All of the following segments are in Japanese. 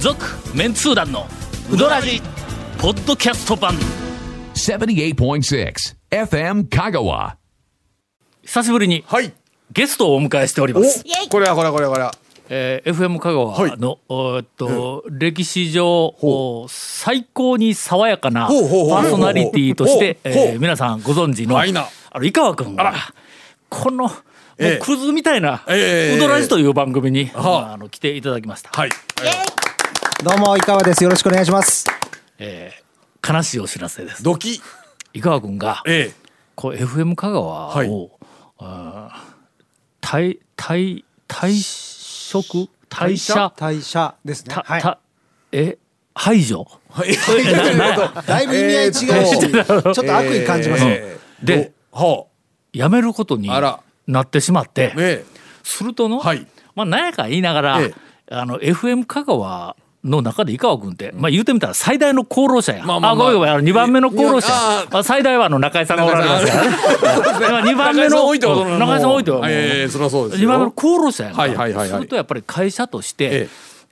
続メンツー団のウドラジポッドキャスト版78.6 FM Kagawa. 久しぶりにはい。ゲストをお迎えしております、おこれはこれはこれはこれは。えー FM 香川の、おーっと歴史上おー最高に爽やかなパほうほうほうーソナリティとして、ほうほうえー皆さんご存知のマイナーあの井川君がこのもうええクズみたいな「ええウドラジ」という番組に、はああの来ていただきました、はい。どうも、いかがです。よろしくお願いします。悲しいお知らせですドキ。井川君がえこう FM 香川を、はいあー退退退職退社退社ですね。た、はい。たえ排除 だいぶ意味合い違うし、えちょっと悪意感じますね。えーで、は辞めることにあらなってしまってあ。、えするとの、はいまあ、なんやか言いながら、えあの FM 香川の中で井川君って、まあ、言うてみたら最大の功労者や、まあまあまごめあんごめんあの2番目の功労者いやあーまあ、最大はあの中井さんがおられますからね まあ二え。番目の中井さん多いってことなの中井さん多いってことなのええ、そりゃそうです2よ。番目の功労者やんか、はいはいはいはいするとやっぱり会社として、え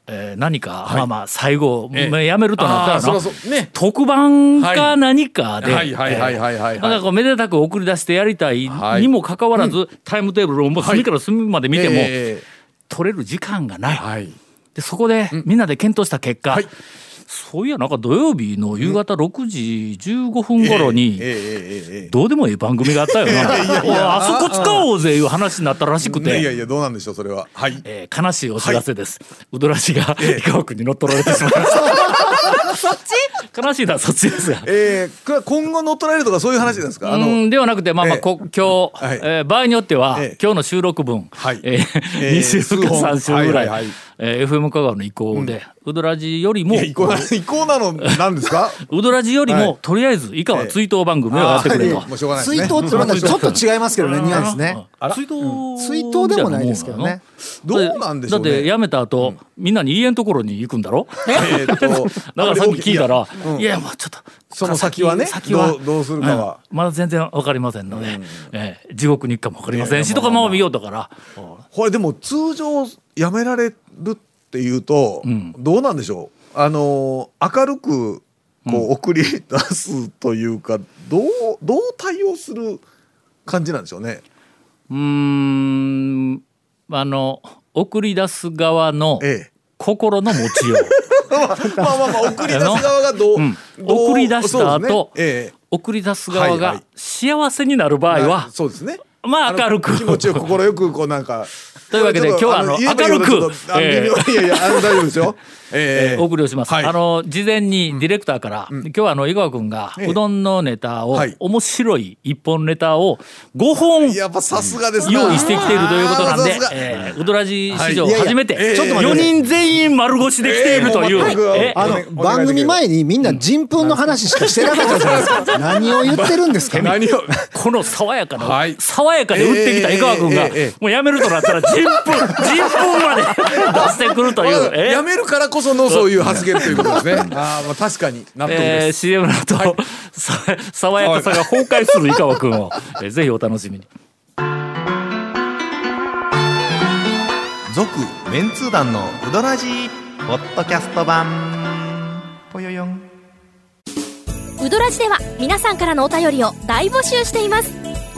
えー何か、まあまあ最後、ええまあ辞めるとなあっーたらなそらそうね特番か何かで、はいはいはいはいはいはいはいえーなんかこうめでたく送り出してやりたいはいにもかかわらず、タイムテーブルをもう隅から隅まで見ても、え取れる時間がない、えはい。でそこでみんなで検討した結果、はいそういやなんか土曜日の夕方6時15分頃に、ええええええ。どうでもいい番組があった よなおいあそこ使おうぜいう話になったらしくいて。やいやいやどうなんでしょうそれは。はい。えー悲しいお知らせです。ウドラシが伊川君に乗っ取られてしまいました。そっち悲しいのはそっちですが。ええ、これは今後乗っ取られるとかそういう話ですか。あうのんではなくて、まあまあ、ええこ今日、はいえー場合によっては、ええ今日の収録分、はいええー、え2週数か本3週ぐらい、はいはいはいえー FM 香川の意向で、ウドラジよりもいや、移行な移行なのなんですか。ウドラジよりも、はいとりあえず以下は追悼番組をやってくれと。もうしょうがないです追ね。悼ってまたちょっと違いますけどね、ニュアンスね。あ追悼追悼でもないですけどね。どうなんでしょうねだって辞めた後、みんなに家のところに行くんだろえーっと だからさっき聞いたら、いや,、うんもうちょっと、その先はね先はどうどうするかはうんまだ全然わかりませんので、えー地獄に行くかもわかりませんし、とかも見ようだから、これでも通常やめられるっていうと、どうなんでしょうあの明るくこう送り出すというか、どうどう対応する感じなんでしょうね。うーん、あの、送り出す側のええ心の持ちよう。まあまあまあ送り出す側が どう,、うんどう送り出した後そうですねえ送り出す側はいがはい幸せになる場え合まはあ、そうですね。まあ明るあくの気持ちよく心よくこうなんか というわけでちょっと今日はあの言えば言うほど明るくちょっとあのええ微妙いやいやあの大丈夫ですよ。ええーお送りをします、はいあの事前にディレクターから、今日はあの井川君がええうどんのネタを、はい面白い一本ネタを5本やっぱさすがですね用意してきているということなんあでーさ、すがえー、うどらじ史上はいいやいや初めてええ4人全員丸腰で来ているという、ええもう全くええあお願いできの、る番組前にみんな人糞の話しかしてなかったじゃないですか。何を言ってるんですか何をこの爽やかな、はい爽やかで打ってきた井川君が、ええええええもうやめるとなったら人分人分 まで出してくるという、ええやめるからこそのそういう発言ということですね。 ああ、まあ確かに納得えー、です。 CM の後、さ爽やかさが崩壊する井川君を、えーぜひお楽しみに。続メンツー団のウドラジーポッドキャスト版ぽよよんウドラジでは皆さんからのお便りを大募集しています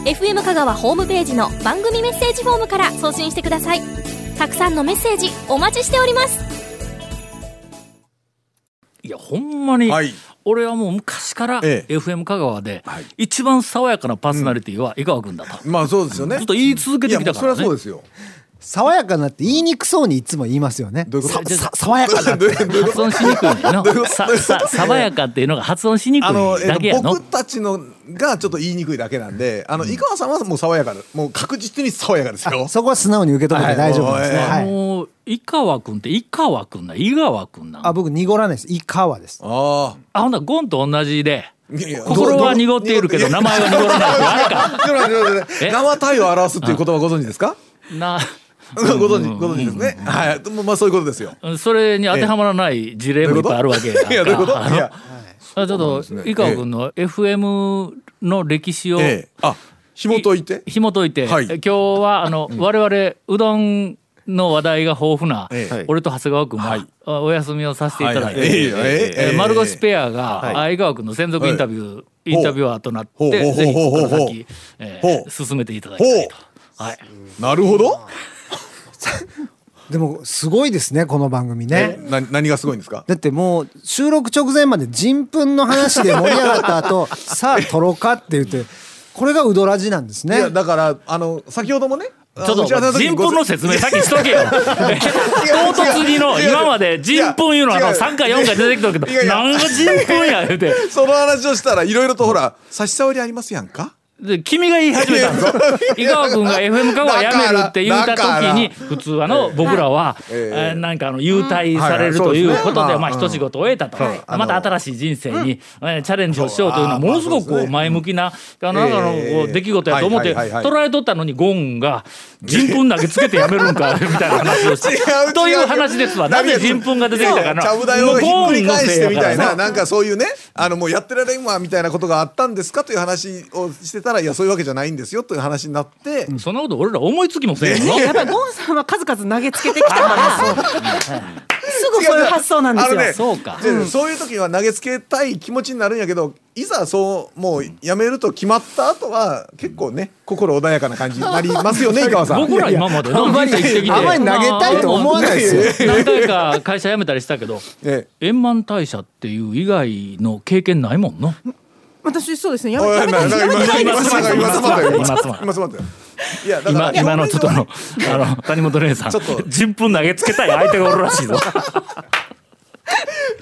FM 香川ホームページの番組メッセージフォームから送信してくださいたくさんのメッセージお待ちしておりますいやほんまに、はい俺はもう昔からえ FM 香川で、はい一番爽やかなパーソナリティは井川君だと、まあそうですよね。ずっと言い続けてきたからいやもうそれはそうねですよ。爽やかなって言いにくそうにいつも言いますよね。どういうことささ爽やかなって。発音しにくいのよなささ爽やかっていうのが発音しにくいあの、えっだとけやの僕たちのがちょっと言いにくいだけなんで、あの井川さんはもう爽やかで、もう確実に爽やかですよ。そこは素直に受け止めて大丈夫ですね。はいはあい。のー井川君って井川君な井川君なあ、僕濁らないです。いかはです。あ あほんならゴンと同じであ、いやいや心は濁っているけど名 前は濁らないってあれかどうどうどうどうえ生体を表すっていう言葉ご存知ですか？ なご存知ご存知ですね。はい、もうまあそういうことですよ。それに当てはまらない事例もいっぱいあるわけやんかいやどういうこと？あいのあや、ちょっそうなんですねと井川君の FM の歴史を、ええ、あ、紐解いて。紐解いて、はいえ今日はあの、我々うどんの話題が豊富な、ええ俺と長谷川君は、あお休みをさせていただいて、ええええええー、え丸腰ペアがはい相川君の専属インタビュー、いインタビュアーとなっほうほてうぜひここからほうほうほ先う、えほー、う進めていただきたいとほ。はい、なるほどでもすごいですねこの番組ね。な何がすごいんですかだってもう収録直前まで人糞の話で盛り上がった 後さあ撮ろうかって言ってこれがウドラジなんですいねや。だからあの先ほどもねちょっと人糞の説明先にしとけよ唐突にの違う違う今まで人糞いうのはあ違のう3回4回出てきたけどいやいや何が人糞や言うてその話をしたらいろいろとほら差し障りありますやんかで君が言い始めたんですよ井川君が FM 香川やめるって言った時にだ普通あの僕らはえーなんかあの優待されるうんはいとはいいうこそうですとねでまあまあうん一仕事終えたとはいあのまた新しい人生にえーチャレンジをしようというのはものすごくそこうあーまうあそうですね前向きなあのなんかのこえうえ出来事やと思ってはいはいはいはい捉えとったのにゴンが人糞投げつけてやめるんかみたいな話をし違う違てうという話ですわなぜ人糞が出てきたかなちゃぶ台をひっくり返してみたいもうゴーンのせいやからななんかそういうねあのもうやってられんわみたいなことがあったんですかという話をしてたらいやそういうわけじゃないんですよという話になってそんなこと俺ら思いつきもせえへんのやっぱりゴンさんは数々投げつけてきたからすぐそういう発想なんですよ、あのねそうかでそういう時は投げつけたい気持ちになるんやけどいざそうもうやめると決まった後は結構ね心穏やかな感じになりますよね井川さん。僕ら今までの人生生きてきてあんまり投げたいと思わないですよ。何回か会社辞めたりしたけどええ円満退社っていう以外の経験ないもんな私そうですねやめおいやめなたんいかやめたい今です今今今今今今今今今いやだか今ら今のちょっとあのあの谷本玲さんちょっと人分投げつけたい相手がおるらしいぞ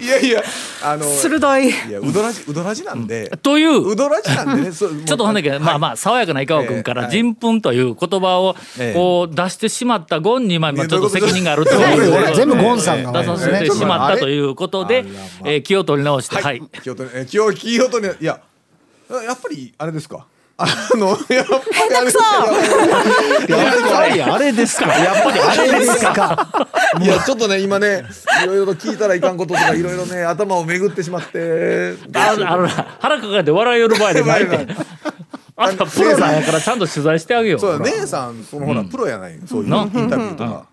いやいやあの鋭いいやうどらじうどらじなんでといううどらじなんでねちょちょっとほんだけど、まあまあ爽やかな井川君かえらえ人糞という言葉をええこう出してしまったゴンにまあ今ねちょっと責任があるとどういうこいとうです全部ゴンさんが出悪いさでせすねてしまったということで、えー気を取り直してはい気を取りえ気を気を取りいややっぱりあれですかあのやっぱりあれですかいやいやあれですかやっぱりあれですかいやちょっとね今ねいろいろと聞いたらいかんこととかいろいろね頭を巡ってしまってあ あの腹抱えて笑いよる場合でない ってあんたプロなんやからちゃんと取材してあげようそうだ姉さんそのほらプロやないそういうインなタビューとか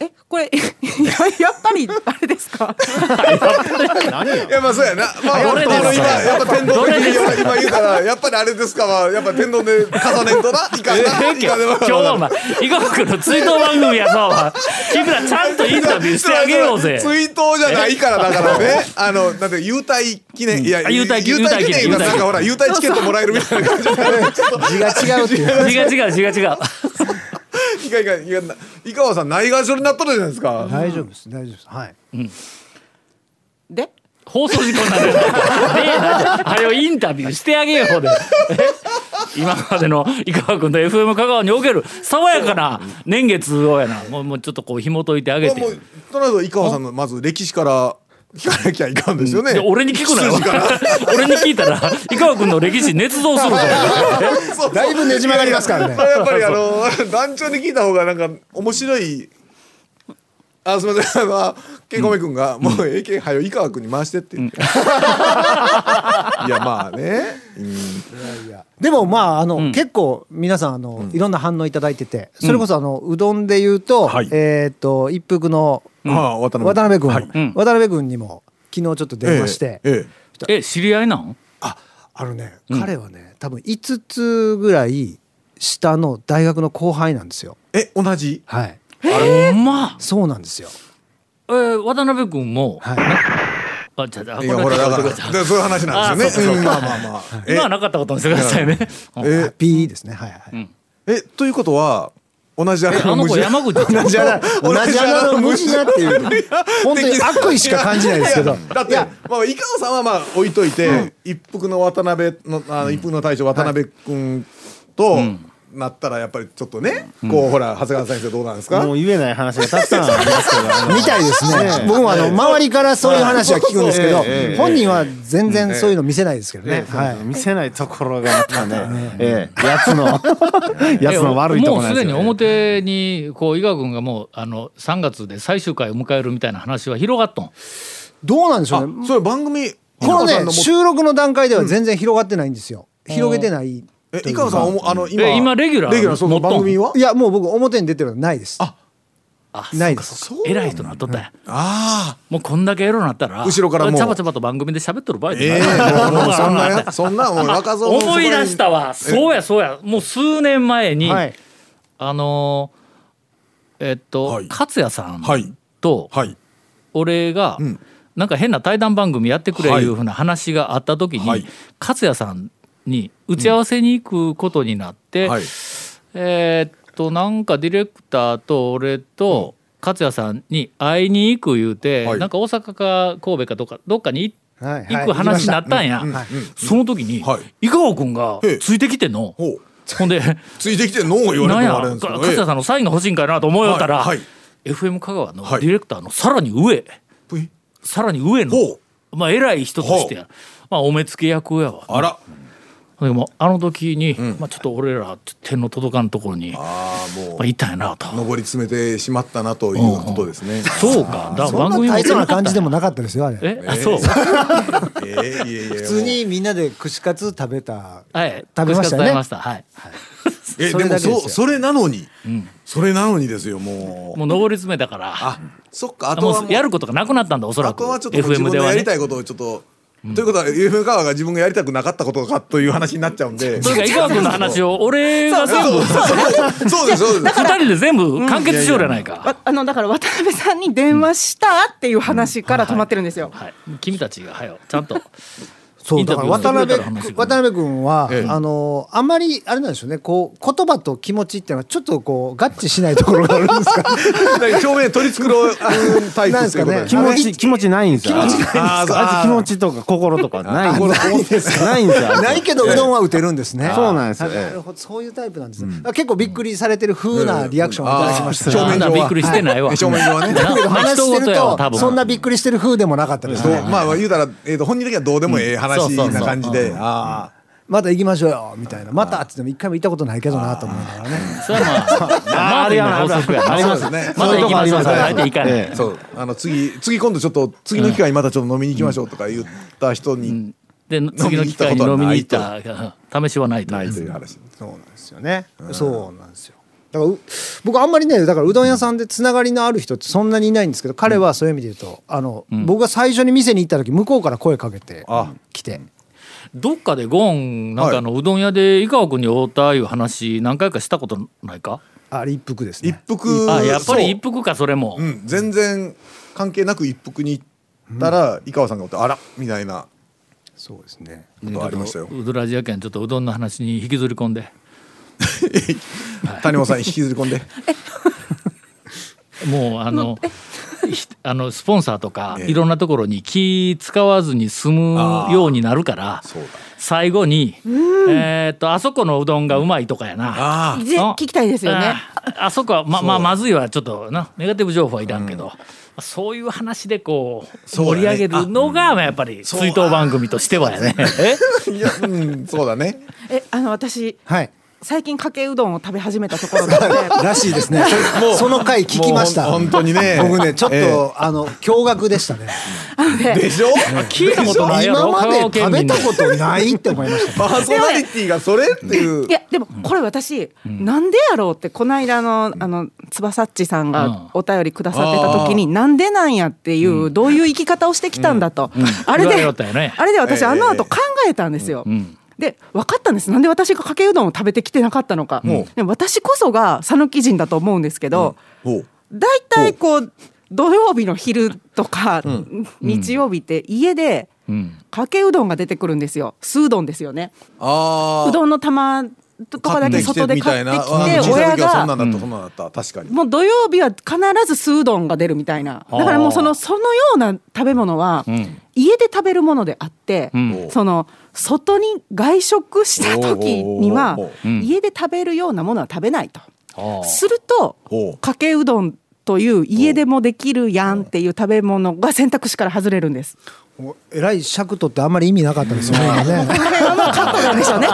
えこれややっぱりあれですかいやまあそうやなまあど本れ当ですかの今やっぱ天ど丼れでですか今言うたらやっぱりあれですかはやっぱ天丼で重ねんとな いかんなえいえけかん今な日はお前井川君の追悼番組やぞお前君らちゃんとインタビューしてあげよう ぜ追悼じゃないからだからね。あの、なんて、優待記念、いや、あ優待記優待優記待記念、念なんかほら、優待チケットもらえるみたいな感じで。字が違うっ ていう。違う違う違う違ういかいかいか な、井川さん、ないがしろになっとるじゃないですか。大丈夫です大丈夫ですはい。で放送事故になる やんか。ねえなんであれをインタビューしてあげようで。え今までの井川君と FM 香川における爽やかな年月をやな。もうもうちょっとこう紐解いてあげても。う、とりあえず井川さんの、まず歴史から。聞かなきゃいかんですよね。で俺に聞くなよ数字から。俺に聞いたら井川君の歴史捏造するぞ。だいぶねじ曲がりますからねそ。れやっぱり、あの、団長に聞いた方が、なんか、面白い。あ、すみません、あの、けいこめ君が、もう、ええけん、はよ、井川君に回してって言って。いや、まあね。うんでもまああの、結構皆さんあの、いろんな反応いただいてて、それこそあのうどんで言うと、はいえっ、と一服のああ渡辺渡辺君、はいん渡辺君にも昨日ちょっと電話して、えええええ知り合いなん？ああのね、彼はね多分5つぐらい下の大学の後輩なんですよ。え同じはい。えほんま。そうなんですよ。えー渡辺君も。はい。あじゃあじゃあいやほらだからだからそういう話なんですよね。うんまあまあまあ。え今はなかったことにしてくださいね。あえピーですね。はいはい。えということは同じ穴あの子山口ちゃん同じ穴同じ穴の無地だって いう本当に悪意しか感じないですけどいやだってまあ井川さんはまあ置いといて一服の渡辺のあの一服の大将渡辺君となったらやっぱりちょっとねこうほら長谷川先生どうなんですか。もう言えない話がたくさんありますけ どあのみたいですね。僕もあの周りからそういう話は聞くんですけどええええええ、本人は全然そういうの見せないですけどね。はい。見せないところがまたね、ええ、やつのやつの悪いとこもろなうんすですでによ、ね。表にこう伊賀君がもうあの3月で最終回を迎えるみたいな話は広がっとんどうなんでしょあうね。そういう番組この井川さんねのも収録の段階では全然広がってないんですよ。広げてないとえいうか。井川さんおもあの今え今レギュラーレギュラーそうそう持っとん番組はいやもう僕表に出てるのはないです。ああないですそうなんだ偉い人なっとったんやあもうこんだけエロなったら後ろからもうちゃばちゃばと番組で喋っとる場合あじゃえなえいもうもうそんなやそんなもう若造の思い出したわそうやそうやもう数年前に、はいあのーえっと、はい勝也さんはいとはい俺が、んなんか変な対談番組やってくれはいいうふうな話があった時に、はい勝也さんに打ち合わせに行くことになって、はいえーっとなんかディレクターと俺と勝也さんに会いに行く言うて、はいなんか大阪か神戸かどっかどっかに行って。はいはい行く話になったんや、うんうんうんその時に、はい井川君がへえついてきてんのほう ほんで「ついてきてノー言われなんてやもあれなんですけどか勝田さんのサインが欲しいんかな」と思いよったら、はいはい FM 香川のデはいィレクターのさらに上、ええさらに上のほ、まあ、偉い人としてや、まあ、お目付け役やわあらでもあの時に、まあ、ちょっと俺らちょっと手の届かんところに、まああもうあ、いたんやなと。上り詰めてしまったなということですね。そうか、だから番そん組なも大層な感じでもなかったですよあれえ、あそう、ええいえいえ普通にみんなで串カツ食べたはい、食べましたよね食べました、はい、えそでもれだけですよそうそれなのに、それなのにですよもう。もう上り詰めたから、あそっかあとはももううやることがなくなったんだおそらあくとはちょっともう自 FM 分でではやねりたいことをちょっと。ということは FM 川が自分がやりたくなかったことかという話になっちゃうんで。それから井川君の話を俺が全そう部そうそうですそうです。二人で全部完結しようじゃないかわあのだから渡辺さんに電話したっていう話から止まってるんですよ。はい君たちがはよちゃんとそインうだタビかューら渡し辺てくれたら話する君渡辺君は、ええあのあんまりあれなんでしょうねこう言葉と気持ちっていうのはちょっとこう合致しないところがあるんですか表面取り繕うタイプっていうことなでんです気かね持ち気持ちないんですよ。気持ちないんですかあいつ気持ちとか心とかないんですよ。ないんですよ。ないけどうどんは打てるんですね、そうなんですよあなるほどそういうタイプなんですね、あ結構びっくりされてる風なリアクションをいただきました、うんあーあんなびっくりしてないわ表面上はね。なまあ話人して事るや わ多と分そんなびっくりしてる風でもなかったですそうねまあ言うたらえっと本人的にはどうでもええ話な感じで。ああ。また行きましょうよみたいなまたって言っても一回も行ったことないけどなと思いながらねそれはまあマーティあれンやなの法則やあなりますそうですねまた行きましょうそういうとこありますねあえて行かない、ええそうあの次次今度ちょっと次の機会にまたちょっと飲みに行きましょうとか言った人にで次の機会に飲みに行った試しはないとないという話。そうなんですよね、そうなんですよだからう僕あんまりねだからうどん屋さんでつながりのある人ってそんなにいないんですけど彼はそういう意味で言うとあの、僕が最初に店に行った時向こうから声かけて来てどっかでゴンなんかあのうどん屋で井川君に会うたいう話何回かしたことないかあれ一服ですね一服あやっぱそうり一服かそれも、うん、全然関係なく一服に行ったら、井川さんがおって「あら」みたいなそうですねことありましたよ。うどらじやけんちょっとうどんの話に引きずり込んで谷本さん引きずり込んでもうあのひ あのスポンサーとかええいろんなところに気使わずに済むようになるからそうだ最後にえーっとあそこのうどんがうまいとかやな。あぜの聞きたいですよね。ああそこはままあまずいはちょっとなネガティブ情報はいらんけど、そういう話でこうそうだ盛ねり上げるのがまあやっぱり追悼番組としてはやね。えあいやうんそうだねえあの私はい最近かけうどんを食べ始めたところなのでらしいですねその回聞きましたもうほん本当にね僕ねちょっと、ええあの驚愕でしたねなのででしょ聞いたことないや今ろま香川で県食べ民のたことないって思いましたパーソナリティがそれっていういやでもこれ私、なんでやろうってこの間のあの翼っちさんうんがお便りくださってた時に、なんでなんやっていう、どういう生き方をしてきたんだと、あれ言われで、よったよねあれで私、ええあの後考えたんですよ。んで分かったんですなんで私がかけうどんを食べてきてなかったのか、んでも私こそが讃岐人だと思うんですけど、ほう大体こう土曜日の昼とか、日曜日って家でうんかけうどんが出てくるんですよ酢うどんですよねああうどんの玉とかだけ外で買ってきては親そんながんだった、そんなんだった確かにもう土曜日は必ず酢うどんが出るみたいなだからもうそのそのような食べ物はん家で食べるものであって、んその外に外食した時にはおうおうおうおううん家で食べるようなものは食べないと。ああするとおうかけうどんという家でもできるやんっていう食べ物が選択肢から外れるんです。 もうえらい尺取ってあんまり意味なかったですよね今ねこ れはまあカットなんでしょうね。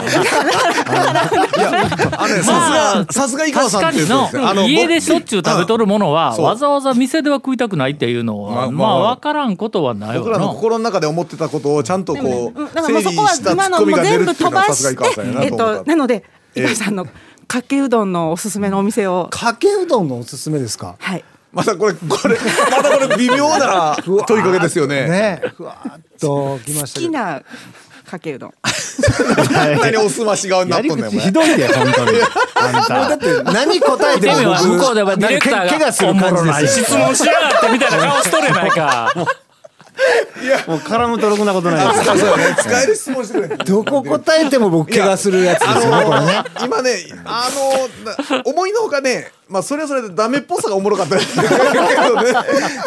いやあのねまあさすがさすが井川確さんかってにいう人ですねあの僕家でしょっちゅう食べとるものはそうわざわざ店では食いたくないっていうのはまままああ分からんことはない僕らわのな心の中で思ってたことをちゃんとこうんうだか整らもう理そこはしたツ今ッのコミもが出る全っていう部飛のはさばすが井川しさんやなて、えっと思とっ、たなので、ええ井川さんのかけうどんのおすすめのお店を、かけうどんのおすすめですかはい。またこれこれまたこれ微妙な問いかけですよね。 ねふわーっときまし好たけきどなかけうどん。何おすまし顔になっやりとんねんお口前ひどいんだよ本当にあんた何答えてでもも僕向こうでお前ディレクターなんかがけ怪我する感じですおよもろない質問しやがってみたいな顔しとるやないかもう絡むとろくなことないですあそうやね使える質問してくれ どこ答えても僕怪我するやつですよねこれあねの今ねあのな思いのほかねまあそれはそれでダメっぽさがおもろかったけどね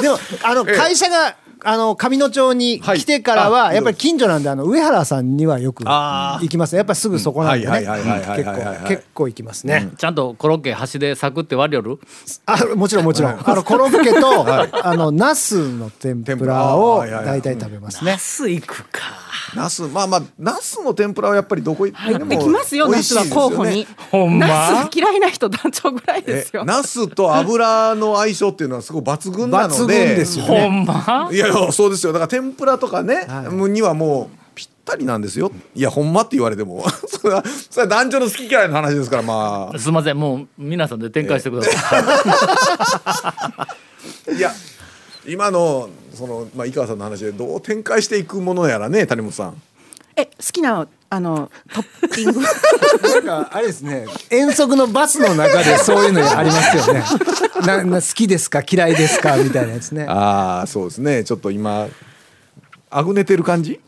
でもあの会社があの上野町にはい来てからはあやっぱり近所なんであの上原さんにはよくあー行きますやっぱりすぐそこなんでねはいはいはいはい結はいはいは構い結構行きますね ちゃんとコロッケ端でサクって割りよるあもちろんもちろんあのコロッケ とあのナスの天ぷらを天ぷらあーはいはいはい大体食べますねスイクか。ナスまあまあナスの天ぷらはやっぱりどこ行って入もってきますよ、美ナ味しスいはですよ候補にね。ほんまナス嫌いな人団長ぐらいでえすよ。ナスと油の相性っていうのはすごい抜群なので抜群ですよほねん まいやいやそうですよだから天ぷらとかね、はにはもうぴったりなんですよいやほんまって言われても それはそれは男女の好き嫌いの話ですからますいませんもう皆さんで展開してください、あいや今のその、まあ、井川さんの話でどう展開していくものやらね谷本さんえ、好きな、あの、トッピン グ。なんかあれですね遠足のバスの中でそういうのありますよ ねなな好きですか嫌いですかみたいなやつねああそうですねちょっと今あぐねてる感じ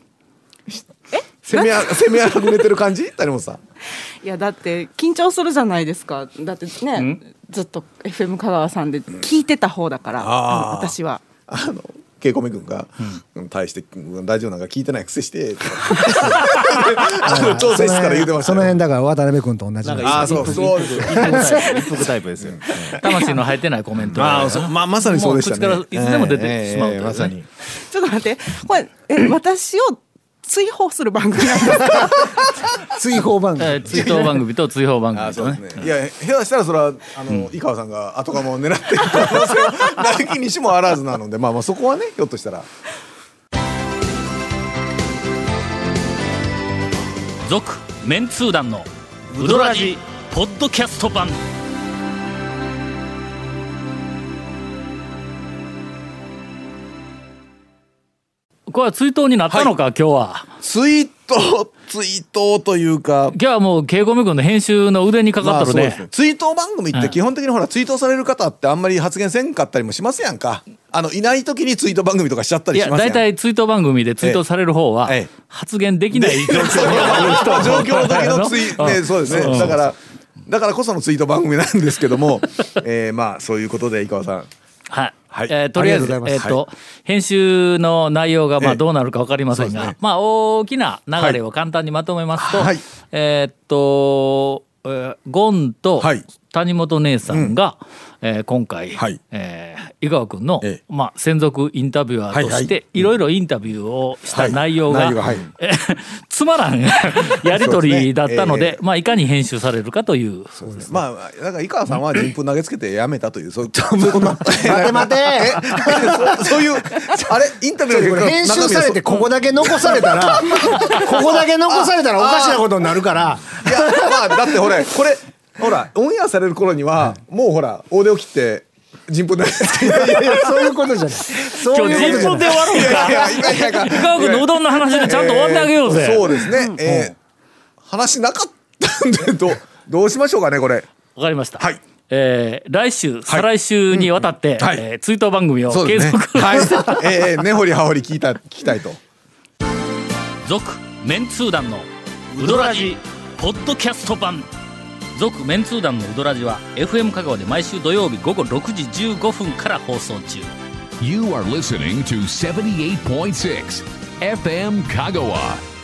攻めあ攻めあぐねてる感じ谷本さ んいやだって緊張するじゃないですかだってねずっと FM 香川さんで聞いてた方だから、あのあー私はあの稽古目君が、うん、大してうんラジオなんか聞いてないくせして とかあの調整室から言うてました そよの辺だから渡辺君と同じなんですああそうそうです一服タイプですよ魂の入ってないコメントああそうまあまさにそうでしたねもう口からいつでも出てしまうというねええええまさにちょっと待ってこれえ私を追放する番組なんですか追放番組 えー追悼番組と追放番組あそとうねですねいや下手したらそれはあの、井川さんが後釜を狙っている可能性はなきにしもあらずなのでまあまあそこはねひょっとしたら続メンツー団のウドラジポッドキャスト版これは追悼になったのか、今日はツイートツイートというか今日はもう稽古目君の編集の腕にかかっとるまあね,、そうです追悼番組って基本的にほら追悼される方ってあんまり発言せんかったりもしますやんかあのいない時に追悼番組とかしちゃったいりしやますやん大体追悼番組で追悼される方はええ発言できない状況に まあ状況の時のツ イうんねそうですねだからだからこそのツイート番組なんですけども えーまあそういうことで井川さんはい。はいえーとりあえず、ありがとうござえいっ、ますと、編集の内容がまえあえどうなるかわかりませんそうが、ですねまあ大きな流れを簡単にまとめますと、はいえーっと、えーゴンとはい谷本姉さんが、えー今回、はいえー井川君の、ええまあ、専属インタビュアーとしはいはて、いろいろインタビューをしたはい内容が、内容がはいえーつまらん やりとりだったので、そうですねええまあ、いかに編集されるかという。まあだから井川さんは人糞投げつけてやめた というそうそういうこと待て待て そうそういうあれインタビューの結果編集されてここだけ残された らここだけ残されたらおかしなことになるからいやまあだってほれこれほらオンエアされる頃には、もうほら大手を切って人糞投げつけていやいやいやそういうことじゃないそう今日いうこ人とじゃ分なでい終わろうか。いやいやいや井川君のうどんの話でちゃんと終わってあげようぜ。えーそうですね、えー話なかったんでどうどうしましょうかねこれわかりました。はいえー来週、再来週にわたって、はいえー追悼番組をそう継ですね続、はいええ根掘り葉掘り聞いた聞きたいと 続メンツー団のウドラジポッドキャスト版続メンツー団のウドラジは FM 香川で毎週土曜日午後6時15分から放送中 You are listening to 78.6 FM Kagawa.